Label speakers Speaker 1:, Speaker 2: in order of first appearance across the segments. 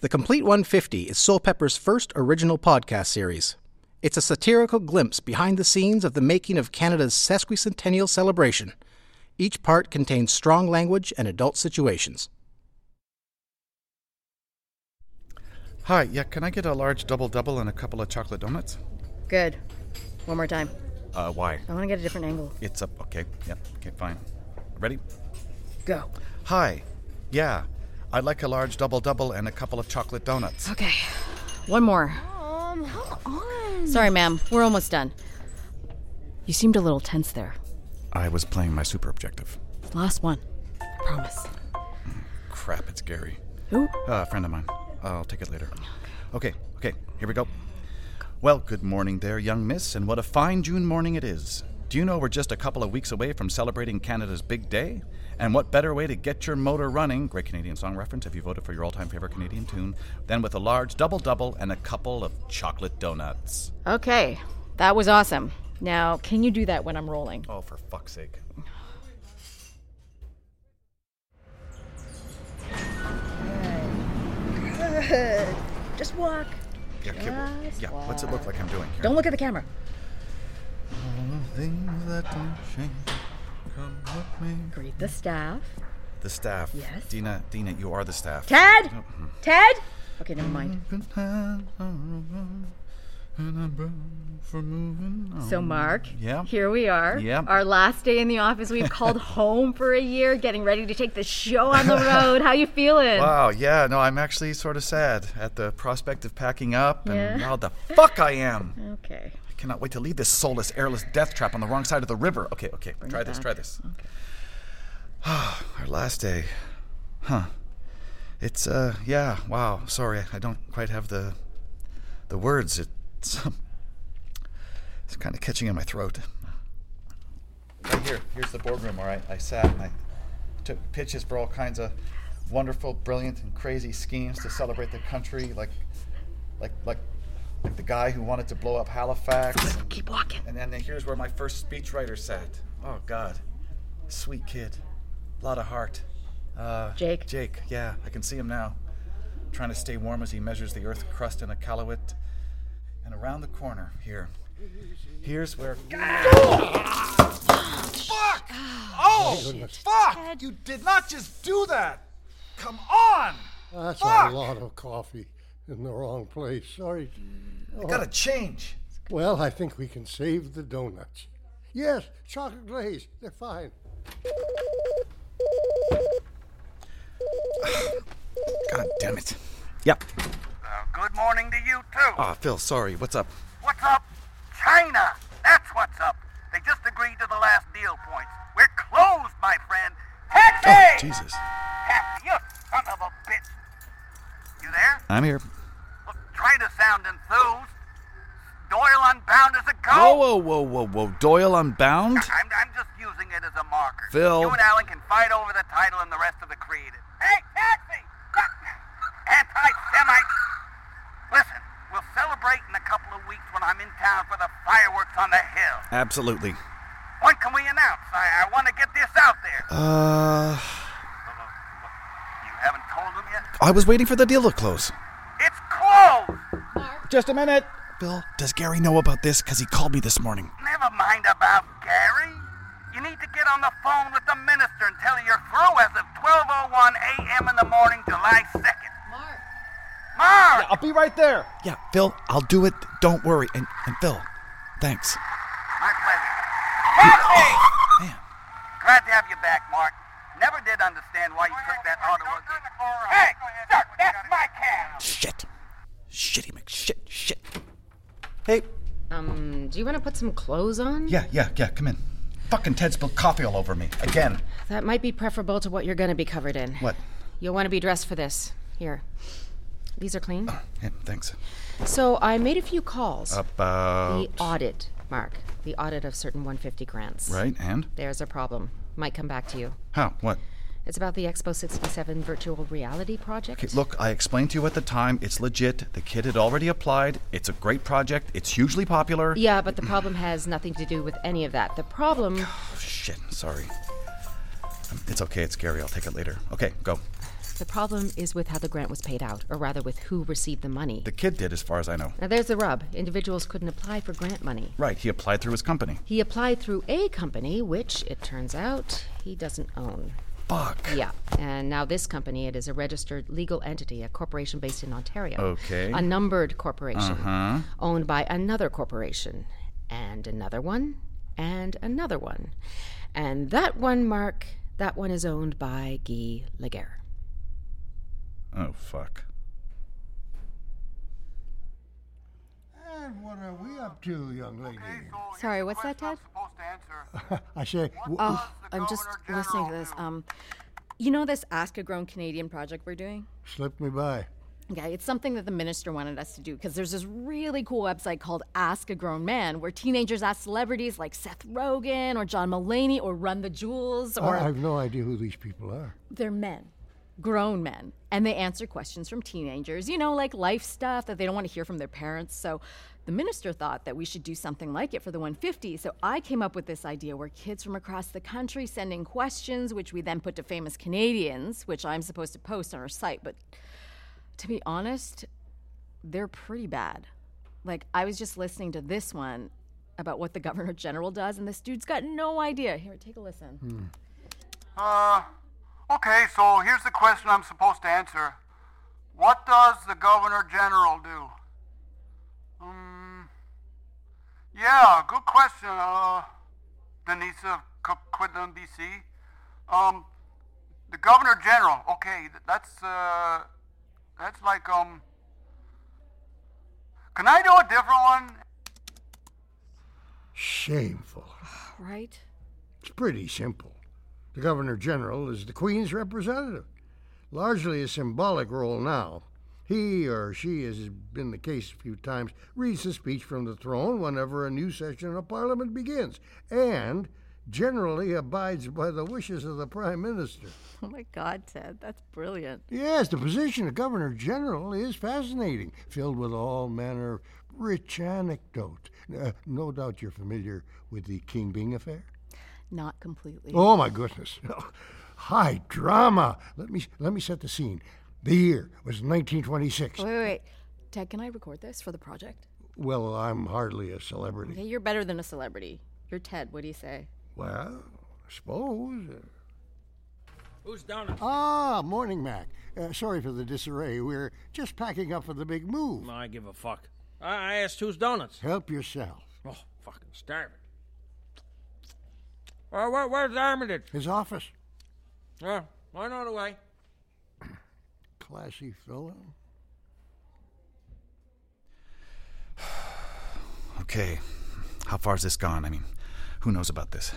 Speaker 1: The Complete 150 is Soul Pepper's first original podcast series. It's a satirical glimpse behind the scenes of the making of Canada's sesquicentennial celebration. Each part contains strong language and adult situations.
Speaker 2: Hi, yeah, can I get a large double double and a couple of chocolate donuts?
Speaker 3: Good. One more time.
Speaker 2: Uh, why?
Speaker 3: I want to get a different angle.
Speaker 2: It's up. Okay, yep. Okay, fine. Ready?
Speaker 3: Go.
Speaker 2: Hi. Yeah, I'd like a large double double and a couple of chocolate donuts.
Speaker 3: Okay. One more.
Speaker 4: Um, hold on.
Speaker 3: Sorry, ma'am. We're almost done. You seemed a little tense there.
Speaker 2: I was playing my super objective.
Speaker 3: Last one. I promise.
Speaker 2: Crap, it's Gary.
Speaker 3: Who?
Speaker 2: Uh, a friend of mine. I'll take it later. Okay, okay, here we go. Well, good morning there, young miss, and what a fine June morning it is. Do you know we're just a couple of weeks away from celebrating Canada's big day? And what better way to get your motor running, great Canadian song reference if you voted for your all time favorite Canadian tune, than with a large double double and a couple of chocolate donuts?
Speaker 3: Okay. That was awesome. Now, can you do that when I'm rolling?
Speaker 2: Oh, for fuck's sake.
Speaker 4: Good. Just walk.
Speaker 2: Yeah, okay, well, yeah, what's it look like I'm doing here?
Speaker 3: Don't look at the camera.
Speaker 2: Things that don't change. Come with me.
Speaker 3: Greet the staff.
Speaker 2: The staff.
Speaker 3: Yes.
Speaker 2: Dina, Dina, you are the staff.
Speaker 3: Ted! Ted! Okay, never mind.
Speaker 2: For moving on.
Speaker 3: So, Mark,
Speaker 2: Yeah.
Speaker 3: here we are.
Speaker 2: Yeah.
Speaker 3: Our last day in the office. We've called home for a year, getting ready to take the show on the road. How you feeling?
Speaker 2: Wow, yeah, no, I'm actually sort of sad at the prospect of packing up and
Speaker 3: Yeah.
Speaker 2: how the fuck I am.
Speaker 3: Okay.
Speaker 2: I cannot wait to leave this soulless, airless death trap on the wrong side of the river. Okay, okay, try this, try this. Our last day. Huh. It's, uh, yeah, wow, sorry, I don't quite have the, the words. It's, um, it's kind of catching in my throat. Right here, here's the boardroom, all right? I sat and I took pitches for all kinds of wonderful, brilliant, and crazy schemes to celebrate the country, like, like, like, like the guy who wanted to blow up Halifax. and-
Speaker 3: Keep walking.
Speaker 2: and then here's where my first speechwriter sat. Oh God, sweet kid, lot of heart. Uh,
Speaker 3: Jake.
Speaker 2: Jake, yeah, I can see him now, trying to stay warm as he measures the earth crust in a callowit. And around the corner here, here's where. Fuck! Oh, fuck! You did not just do that. Come on!
Speaker 5: That's a lot of coffee in the wrong place. Sorry.
Speaker 2: I gotta change.
Speaker 5: Well, I think we can save the donuts. Yes, chocolate glaze. They're fine.
Speaker 2: God damn it. Yep.
Speaker 6: Uh, good morning to you, too.
Speaker 2: Ah, Phil, sorry. What's up?
Speaker 6: What's up? China! That's what's up. They just agreed to the last deal points. We're closed, my friend. Taxi!
Speaker 2: Oh, Jesus.
Speaker 6: Taxi, you son of a bitch. You there?
Speaker 2: I'm here.
Speaker 6: Look, try to sound enthused. Doyle Unbound is a
Speaker 2: Whoa,
Speaker 6: go.
Speaker 2: whoa, whoa, whoa, whoa. Doyle Unbound?
Speaker 6: I'm, I'm just using it as a marker.
Speaker 2: Phil.
Speaker 6: You and Alan can fight over the title and the rest of the creed. Hey, taxi! Anti Semite! Listen, we'll celebrate in a couple of weeks when I'm in town for the fireworks on the hill.
Speaker 2: Absolutely.
Speaker 6: When can we announce? I, I want to get this out there.
Speaker 2: Uh,
Speaker 6: you haven't told them yet?
Speaker 2: I was waiting for the deal to close.
Speaker 6: It's closed!
Speaker 2: Just a minute. Bill, does Gary know about this? Because he called me this morning.
Speaker 6: Never mind about Gary. You need to get on the phone with the minister and tell her you're through as of 12.01 a.m. in the morning, July 2nd. Mark! Mark!
Speaker 2: I'll be right there. Yeah, Phil, I'll do it. Don't worry. And, and Phil, thanks.
Speaker 6: My pleasure. Happy!
Speaker 2: Man.
Speaker 6: Glad to have you back, Mark. Never did understand why you took that auto again. Hey, sir, that's my cab!
Speaker 2: Shit. Shitty McShit. Shit. Hey.
Speaker 7: Um, do you want to put some clothes on?
Speaker 2: Yeah, yeah, yeah. Come in. Fucking Ted spilled coffee all over me. Again.
Speaker 7: That might be preferable to what you're going to be covered in.
Speaker 2: What?
Speaker 7: You'll want to be dressed for this. Here. These are clean.
Speaker 2: Yeah, thanks.
Speaker 7: So I made a few calls.
Speaker 2: About.
Speaker 7: the audit, Mark. The audit of certain 150 grants.
Speaker 2: Right, and?
Speaker 7: There's a problem. Might come back to you.
Speaker 2: How? What?
Speaker 7: It's about the Expo 67 virtual reality project.
Speaker 2: Okay, look, I explained to you at the time, it's legit. The kid had already applied. It's a great project. It's hugely popular.
Speaker 7: Yeah, but the problem has nothing to do with any of that. The problem.
Speaker 2: Shit, sorry. Um, It's okay, it's Gary. I'll take it later. Okay, go.
Speaker 7: The problem is with how the grant was paid out, or rather with who received the money.
Speaker 2: The kid did, as far as I know.
Speaker 7: now, there's the rub. Individuals couldn't apply for grant money.
Speaker 2: Right, he applied through his company.
Speaker 7: He applied through a company, which, it turns out, he doesn't own.
Speaker 2: Fuck.
Speaker 7: Yeah, and now this company, it is a registered legal entity, a corporation based in Ontario.
Speaker 2: Okay.
Speaker 7: A numbered corporation owned by another corporation, and another one, and another one. And that one, Mark, that one is owned by Guy Laguerre.
Speaker 2: Oh, fuck.
Speaker 5: And what are we up to, young lady?
Speaker 8: Sorry, what's that, Ted?
Speaker 6: Supposed to answer.
Speaker 5: I say, w-
Speaker 8: Oh, I'm just listening to this. Um, you know this Ask a Grown Canadian project we're doing?
Speaker 5: slipped me by.
Speaker 8: Yeah, it's something that the minister wanted us to do because there's this really cool website called Ask a Grown Man where teenagers ask celebrities like Seth Rogen or John Mulaney or Run the Jewels or
Speaker 5: Oh, I, I've no idea who these people are.
Speaker 8: they're men, grown men, and they answer questions from teenagers, you know, like life stuff that they don't want to hear from their parents. So the minister thought that we should do something like it for the 150. So I came up with this idea where kids from across the country send in questions, which we then put to famous Canadians, which I'm supposed to post on our site. But to be honest, they're pretty bad. Like, I was just listening to this one about what the governor general does, and this dude's got no idea. Here, take a listen.
Speaker 6: Uh, okay, so here's the question I'm supposed to answer. What does the Governor General do? Um, yeah, good question, uh, Denise of Coquitlam, D.C. Um, the Governor General, okay, th- that's, uh, that's like, um, can I do a different one?
Speaker 5: Shameful.
Speaker 8: Right?
Speaker 5: It's pretty simple. The Governor General is the Queen's representative, largely a symbolic role now. He or she, as has been the case a few times, reads the speech from the throne whenever a new session of Parliament begins, and generally abides by the wishes of the Prime Minister.
Speaker 8: Oh my God, Ted, that's brilliant.
Speaker 5: Yes, the position of Governor General is fascinating, filled with all manner of rich anecdote. Uh, no doubt you're familiar with the King Bing affair.
Speaker 8: Not completely.
Speaker 5: Oh my goodness! High drama. Let me let me set the scene. The year was 1926.
Speaker 8: Wait, wait, wait. Ted, can I record this for the project?
Speaker 5: Well, I'm hardly a celebrity.
Speaker 8: Okay, you're better than a celebrity. You're Ted, what do you say?
Speaker 5: Well, I suppose.
Speaker 9: Who's down at
Speaker 5: Ah, morning, Mac. Uh, sorry for the disarray. We're just packing up for the big move.
Speaker 9: I give a fuck. I I asked who's donuts.
Speaker 5: Help yourself.
Speaker 9: Oh, fucking starving. Well, where, where's Armitage?
Speaker 5: His office.
Speaker 9: Oh, I know the way.
Speaker 5: Classy fellow.
Speaker 2: Okay, how far is this gone? I mean, who knows about this?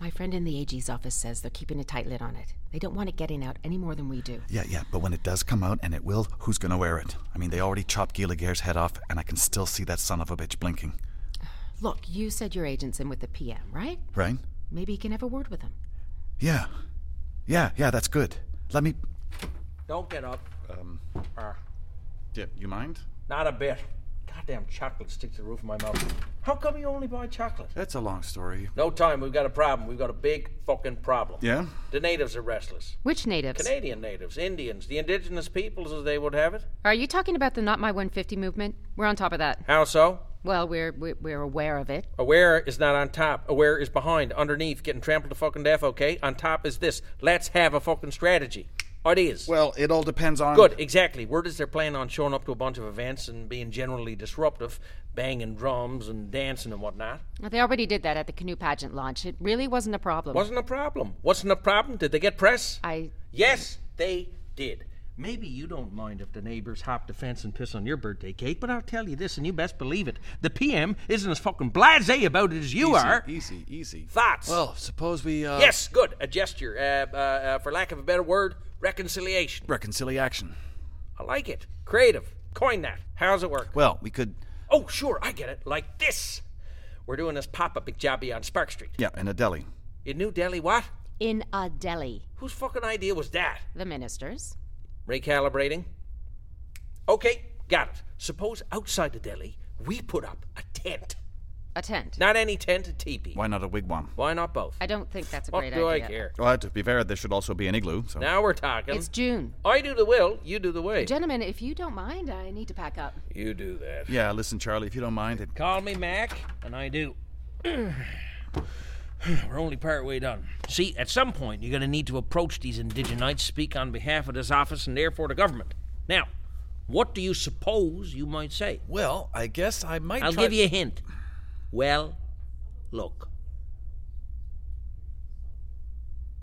Speaker 7: My friend in the AG's office says they're keeping a tight lid on it. They don't want it getting out any more than we do.
Speaker 2: Yeah, yeah, but when it does come out, and it will, who's gonna wear it? I mean, they already chopped Guy Laguerre's head off, and I can still see that son of a bitch blinking.
Speaker 7: Look, you said your agent's in with the PM, right?
Speaker 2: Right?
Speaker 7: Maybe you can have a word with him.
Speaker 2: Yeah. Yeah, yeah, that's good. Let me.
Speaker 9: Don't get up. Um,
Speaker 2: Yeah, you mind?
Speaker 9: not a bit. Goddamn chocolate sticks to the roof of my mouth. How come you only buy chocolate?
Speaker 2: That's a long story.
Speaker 9: No time. We've got a problem. We've got a big fucking problem.
Speaker 2: Yeah?
Speaker 9: The natives are restless.
Speaker 7: Which natives?
Speaker 9: Canadian natives, Indians, the indigenous peoples, as they would have it.
Speaker 7: Are you talking about the Not My 150 movement? We're on top of that.
Speaker 9: How so?
Speaker 7: Well, we're we're, we're aware of it.
Speaker 9: Aware is not on top. Aware is behind, underneath, getting trampled to fucking death, okay? On top is this. Let's have a fucking strategy. It is.
Speaker 2: Well, it all depends on.
Speaker 9: Good, exactly. Word is they're planning on showing up to a bunch of events and being generally disruptive, banging drums and dancing and whatnot.
Speaker 7: Well, they already did that at the canoe pageant launch. It really wasn't a problem.
Speaker 9: Wasn't a problem. Wasn't a problem. Did they get press?
Speaker 7: I
Speaker 9: Yes, they did. Maybe you don't mind if the neighbors hop the fence and piss on your birthday cake, but I'll tell you this, and you best believe it. The PM isn't as fucking blasé about it as you are.
Speaker 2: Easy, easy.
Speaker 9: Thoughts?
Speaker 2: Well, suppose we. Uh,
Speaker 9: yes, good. A gesture. Uh, uh, uh, for lack of a better word, reconciliation.
Speaker 2: Reconciliation.
Speaker 9: I like it. Creative. Coin that. How's it work?
Speaker 2: Well, we could.
Speaker 9: Oh, sure, I get it. Like this. We're doing this pop-up McJobby on Spark Street.
Speaker 2: Yeah, in a deli.
Speaker 9: In New Delhi, what?
Speaker 7: in a deli.
Speaker 9: Whose fucking idea was that?
Speaker 7: The ministers.
Speaker 9: Recalibrating. Okay, got it. Suppose outside the deli, we put up a tent.
Speaker 7: A tent.
Speaker 9: Not any tent, a teepee.
Speaker 2: Why not a wigwam?
Speaker 9: Why not both?
Speaker 7: I don't think that's a
Speaker 9: what
Speaker 7: great
Speaker 9: do
Speaker 7: idea.
Speaker 9: I care?
Speaker 2: Well, to be fair, there should also be an igloo. So.
Speaker 9: Now we're talking.
Speaker 7: It's June.
Speaker 9: I do the will, you do the way.
Speaker 7: Gentlemen, if you don't mind, I need to pack up.
Speaker 9: you do that.
Speaker 2: Yeah, listen, Charlie, if you don't mind, it,
Speaker 9: Call me Mac, and I do. We're only part way done. See, at some point, you're going to need to approach these indigenites, speak on behalf of this office, and therefore the government. Now, what do you suppose you might say?
Speaker 10: Well, I guess I might
Speaker 9: I'll
Speaker 10: try
Speaker 9: give you a hint. Well, look.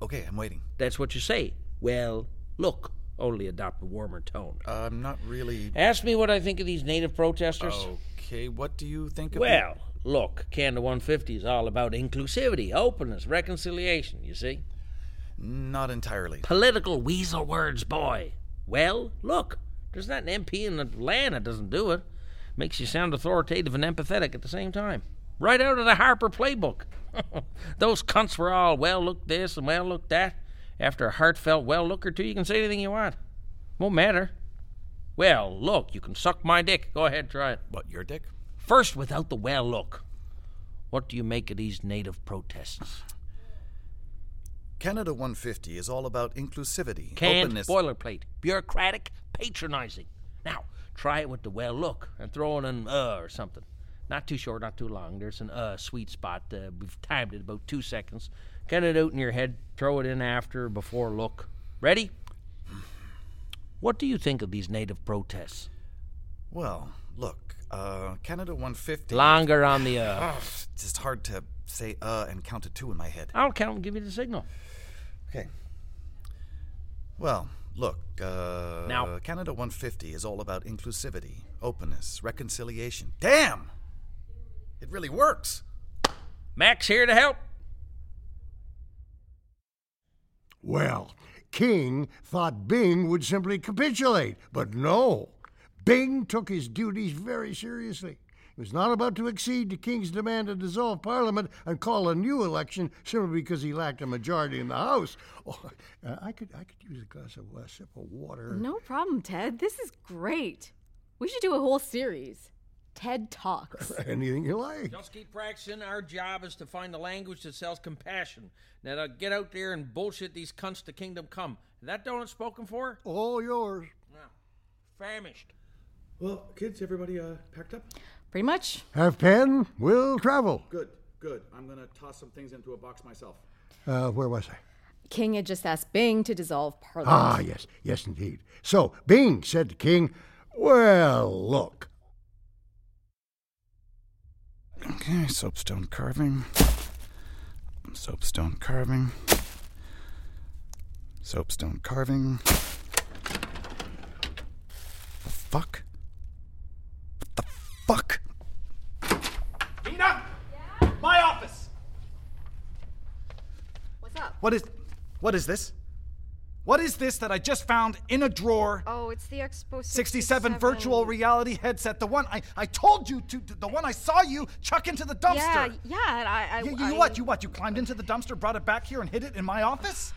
Speaker 2: okay, I'm waiting.
Speaker 9: That's what you say. Well, look. Only adopt a warmer tone.
Speaker 2: Uh, I'm not really.
Speaker 9: Ask me what I think of these native protesters.
Speaker 2: Oh,
Speaker 10: Okay, what do you think of
Speaker 9: Well, look, Canada 150 is all about inclusivity, openness, reconciliation, you see?
Speaker 2: Not entirely.
Speaker 9: Political weasel words, boy. Well, look, there's not an MP in Atlanta doesn't do it. Makes you sound authoritative and empathetic at the same time. Right out of the Harper playbook. Those cunts were all, well, look this and well, look that. After a heartfelt well look or two, you can say anything you want. Won't matter. Well, look, you can suck my dick. Go ahead, try it.
Speaker 2: What, your dick?
Speaker 9: First, without the well look, what do you make of these native protests?
Speaker 2: Canada 150 is all about inclusivity,
Speaker 9: Canned
Speaker 2: openness.
Speaker 9: boilerplate, bureaucratic, patronizing. Now, try it with the well look and throw in an uh or something. Not too short, not too long. There's an uh sweet spot. Uh, we've timed it about two seconds. Get it out in your head, throw it in after, before look. Ready? What do you think of these native protests?
Speaker 2: Well, look, uh, Canada 150.
Speaker 9: Longer on the uh.
Speaker 2: Ugh, it's just hard to say uh and count to two in my head.
Speaker 9: I'll count and give you the signal.
Speaker 2: Okay. Well, look, uh,
Speaker 9: Now.
Speaker 2: Canada 150 is all about inclusivity, openness, reconciliation. Damn! It really works.
Speaker 9: Mac's here to help.
Speaker 5: Well, King thought Bing would simply capitulate, but no. Bing took his duties very seriously. He was not about to accede to King's demand to dissolve Parliament and call a new election simply because he lacked a majority in the House. Oh, uh, I could, I could use a glass of a sip of water.
Speaker 8: No problem, Ted. This is great. We should do a whole series. Ted Talks.
Speaker 5: Anything you like.
Speaker 9: Just keep practicing. Our job is to find the language that sells compassion. Now to get out there and bullshit these cunts to kingdom come. That donut spoken for?
Speaker 5: All yours.
Speaker 9: Famished.
Speaker 11: Well, kids, everybody uh, packed up?
Speaker 8: Pretty much.
Speaker 5: Have pen, will travel.
Speaker 11: Good, good. I'm going to toss some things into a box myself.
Speaker 5: Uh, where was I?
Speaker 8: King had just asked Bing to dissolve Parliament.
Speaker 5: Ah, yes, yes, indeed. So Bing said to King, Well, look,
Speaker 2: Okay, soapstone carving. Soapstone carving. Soapstone carving. The fuck? What the fuck?
Speaker 11: Nina! My office!
Speaker 7: What's up?
Speaker 2: What is. What is this?
Speaker 10: What is this that I just found in a drawer?
Speaker 3: Oh, it's the Expo
Speaker 10: 67, virtual reality headset, the one I, I told you to, the one I saw you chuck into the dumpster.
Speaker 3: Yeah, yeah. I, I,
Speaker 10: You,
Speaker 3: I-
Speaker 10: you what? You what? You climbed into the dumpster, brought it back here, and hid it in my office?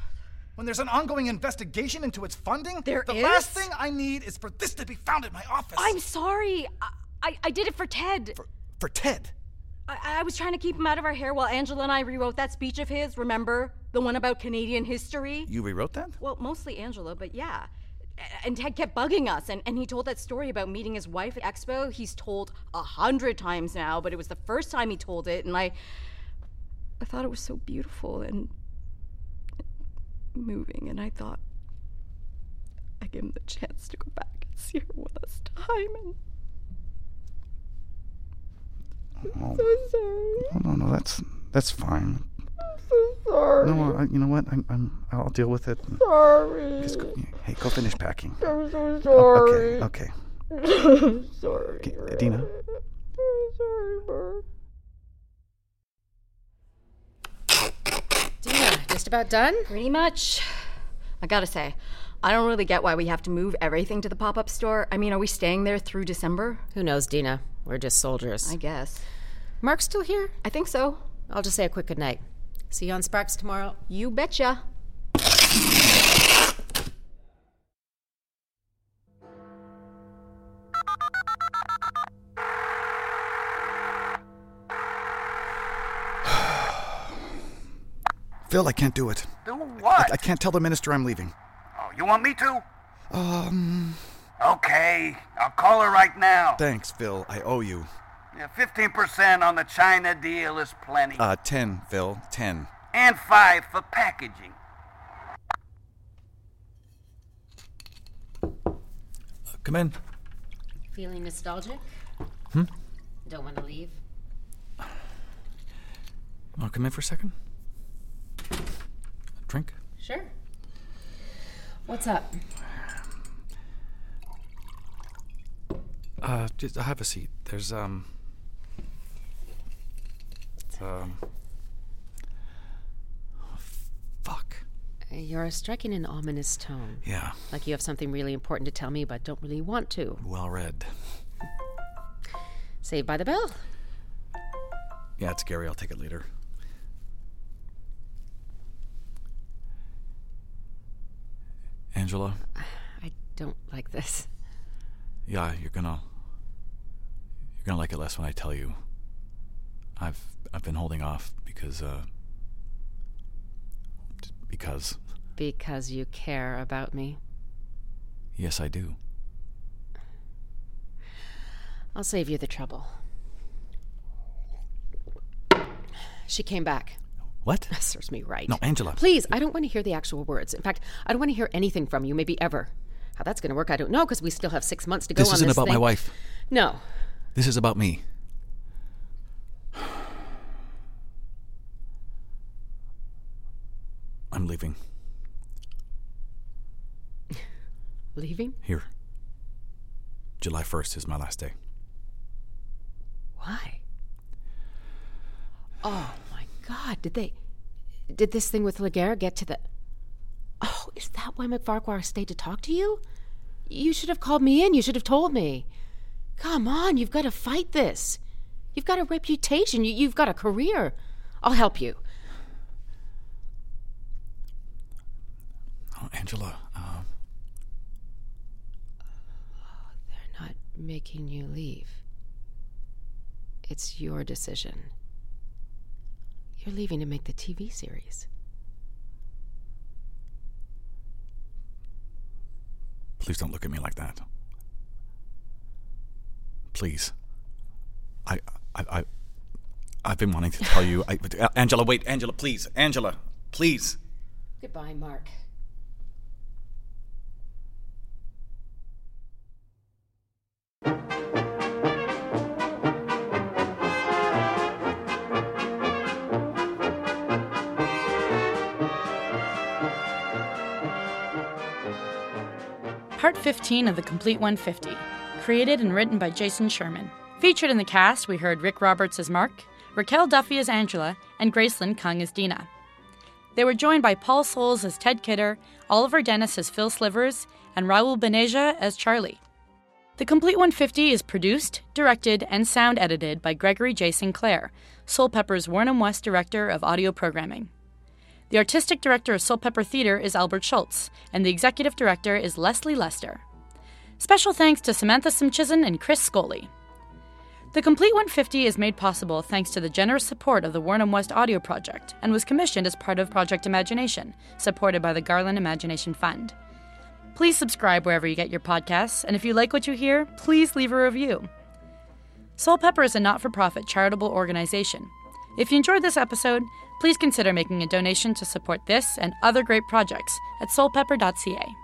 Speaker 10: When there's an ongoing investigation into its funding?
Speaker 8: There
Speaker 10: the last
Speaker 8: is?
Speaker 10: thing I need is for this to be found in my office.
Speaker 3: I'm sorry. I, I, I did it for Ted.
Speaker 10: for Ted.
Speaker 8: I, I was trying to keep him out of our hair while Angela and I rewrote that speech of his, remember? The one about Canadian history?
Speaker 2: You rewrote that?
Speaker 8: Well, mostly Angela, but yeah. A- And Ted kept bugging us, and, and he told that story about meeting his wife at Expo. He's told a hundred times now, but it was the first time he told it, and I. I thought it was so beautiful and moving, and I thought I gave him the chance to go back and see her one last time, and
Speaker 2: Oh no, no, that's that's fine. I'm so sorry. No, I, you know what? I'm, I'm I'll deal with it. Sorry. Just go, hey, go finish packing. I'm so sorry. Okay. okay. sorry. Dina.
Speaker 7: Dina, just about done?
Speaker 8: Pretty much. I gotta say, I don't really get why we have to move everything to the pop up store. I mean, are we staying there through December?
Speaker 7: Who knows, Dina? We're just soldiers.
Speaker 8: I guess.
Speaker 7: Mark's still here?
Speaker 8: I think so.
Speaker 7: I'll just say a quick goodnight. See you on Sparks tomorrow.
Speaker 8: You betcha.
Speaker 2: Phil, I can't do it.
Speaker 6: Do
Speaker 2: I,
Speaker 6: what?
Speaker 2: I can't tell the minister I'm leaving.
Speaker 6: Oh, you want me to?
Speaker 2: Um,
Speaker 6: Okay, I'll call her right now.
Speaker 2: thanks, Phil. I owe you.
Speaker 6: Yeah, 15% on the China deal is plenty.
Speaker 2: Uh, 10, Phil. 10.
Speaker 6: and 5 for packaging.
Speaker 12: Come in.
Speaker 7: Feeling nostalgic?
Speaker 2: Hmm?
Speaker 7: Don't want to leave?
Speaker 2: Wanna come in for a second? Drink?
Speaker 7: Sure. What's up?
Speaker 2: Uh, just have a seat. There's, um. Um.
Speaker 7: You're striking an ominous tone.
Speaker 2: Yeah.
Speaker 7: Like you have something really important to tell me, but don't really want to.
Speaker 2: Well read.
Speaker 7: Saved by the bell.
Speaker 2: Yeah, it's Gary. I'll take it later. Angela?
Speaker 7: I don't like this.
Speaker 2: Yeah, you're gonna you're gonna like it less when I tell you. I've I've been holding off because uh t- because
Speaker 7: Because you care about me.
Speaker 2: yes, I do.
Speaker 7: I'll save you the trouble. She came back.
Speaker 2: What?
Speaker 7: That serves me right.
Speaker 2: No, Angela.
Speaker 7: Please, I don't want to hear the actual words. In fact, I don't want to hear anything from you, maybe ever. How that's going to work, I don't know, because we still have six months to go
Speaker 2: This
Speaker 7: on
Speaker 2: isn't
Speaker 7: this
Speaker 2: about my
Speaker 7: thing.
Speaker 2: wife.
Speaker 7: No,
Speaker 2: This is about me. I'm leaving.
Speaker 7: leaving?
Speaker 2: Here. July 1st is my last day.
Speaker 7: Why? Oh my God! Did they? Did this thing with Laguerre get to the? Oh, is that why McFarquhar stayed to talk to you? You should have called me in. You should have told me. Come on, you've got to fight this. You've got a reputation. You, you've got a career. I'll help you.
Speaker 2: Oh, Angela, uh,
Speaker 7: They're not making you leave. It's your decision. You're leaving to make the TV series.
Speaker 2: please don't look at me like that. Please. I, I, I, I've been wanting to tell you. I, but, uh, Angela, wait, Angela, please, Angela, please.
Speaker 7: Goodbye, Mark.
Speaker 8: Part 15 of The Complete 150, created and written by Jason Sherman. Featured in the cast, we heard Rick Roberts as Mark, Raquel Duffy as Angela, and Gracelyn Kung as Dina. They were joined by Paul Soles as Ted Kidder, Oliver Dennis as Phil Slivers, and Raul Beneja as Charlie. The Complete 150 is produced, directed, and sound edited by Gregory J. Sinclair, Soulpepper's Warnham West Director of Audio Programming. The artistic director of Soulpepper Theater is Albert Schultz, and the executive director is Leslie Lester. Special thanks to Samantha Simchison and Chris Scully. The Complete 150 is made possible thanks to the generous support of the Warnham West Audio Project and was commissioned as part of Project Imagination, supported by the Garland Imagination Fund. Please subscribe wherever you get your podcasts, and if you like what you hear, please leave a review. Soul Pepper is a not for profit charitable organization. If you enjoyed this episode, please consider making a donation to support this and other great projects at soulpepper.ca.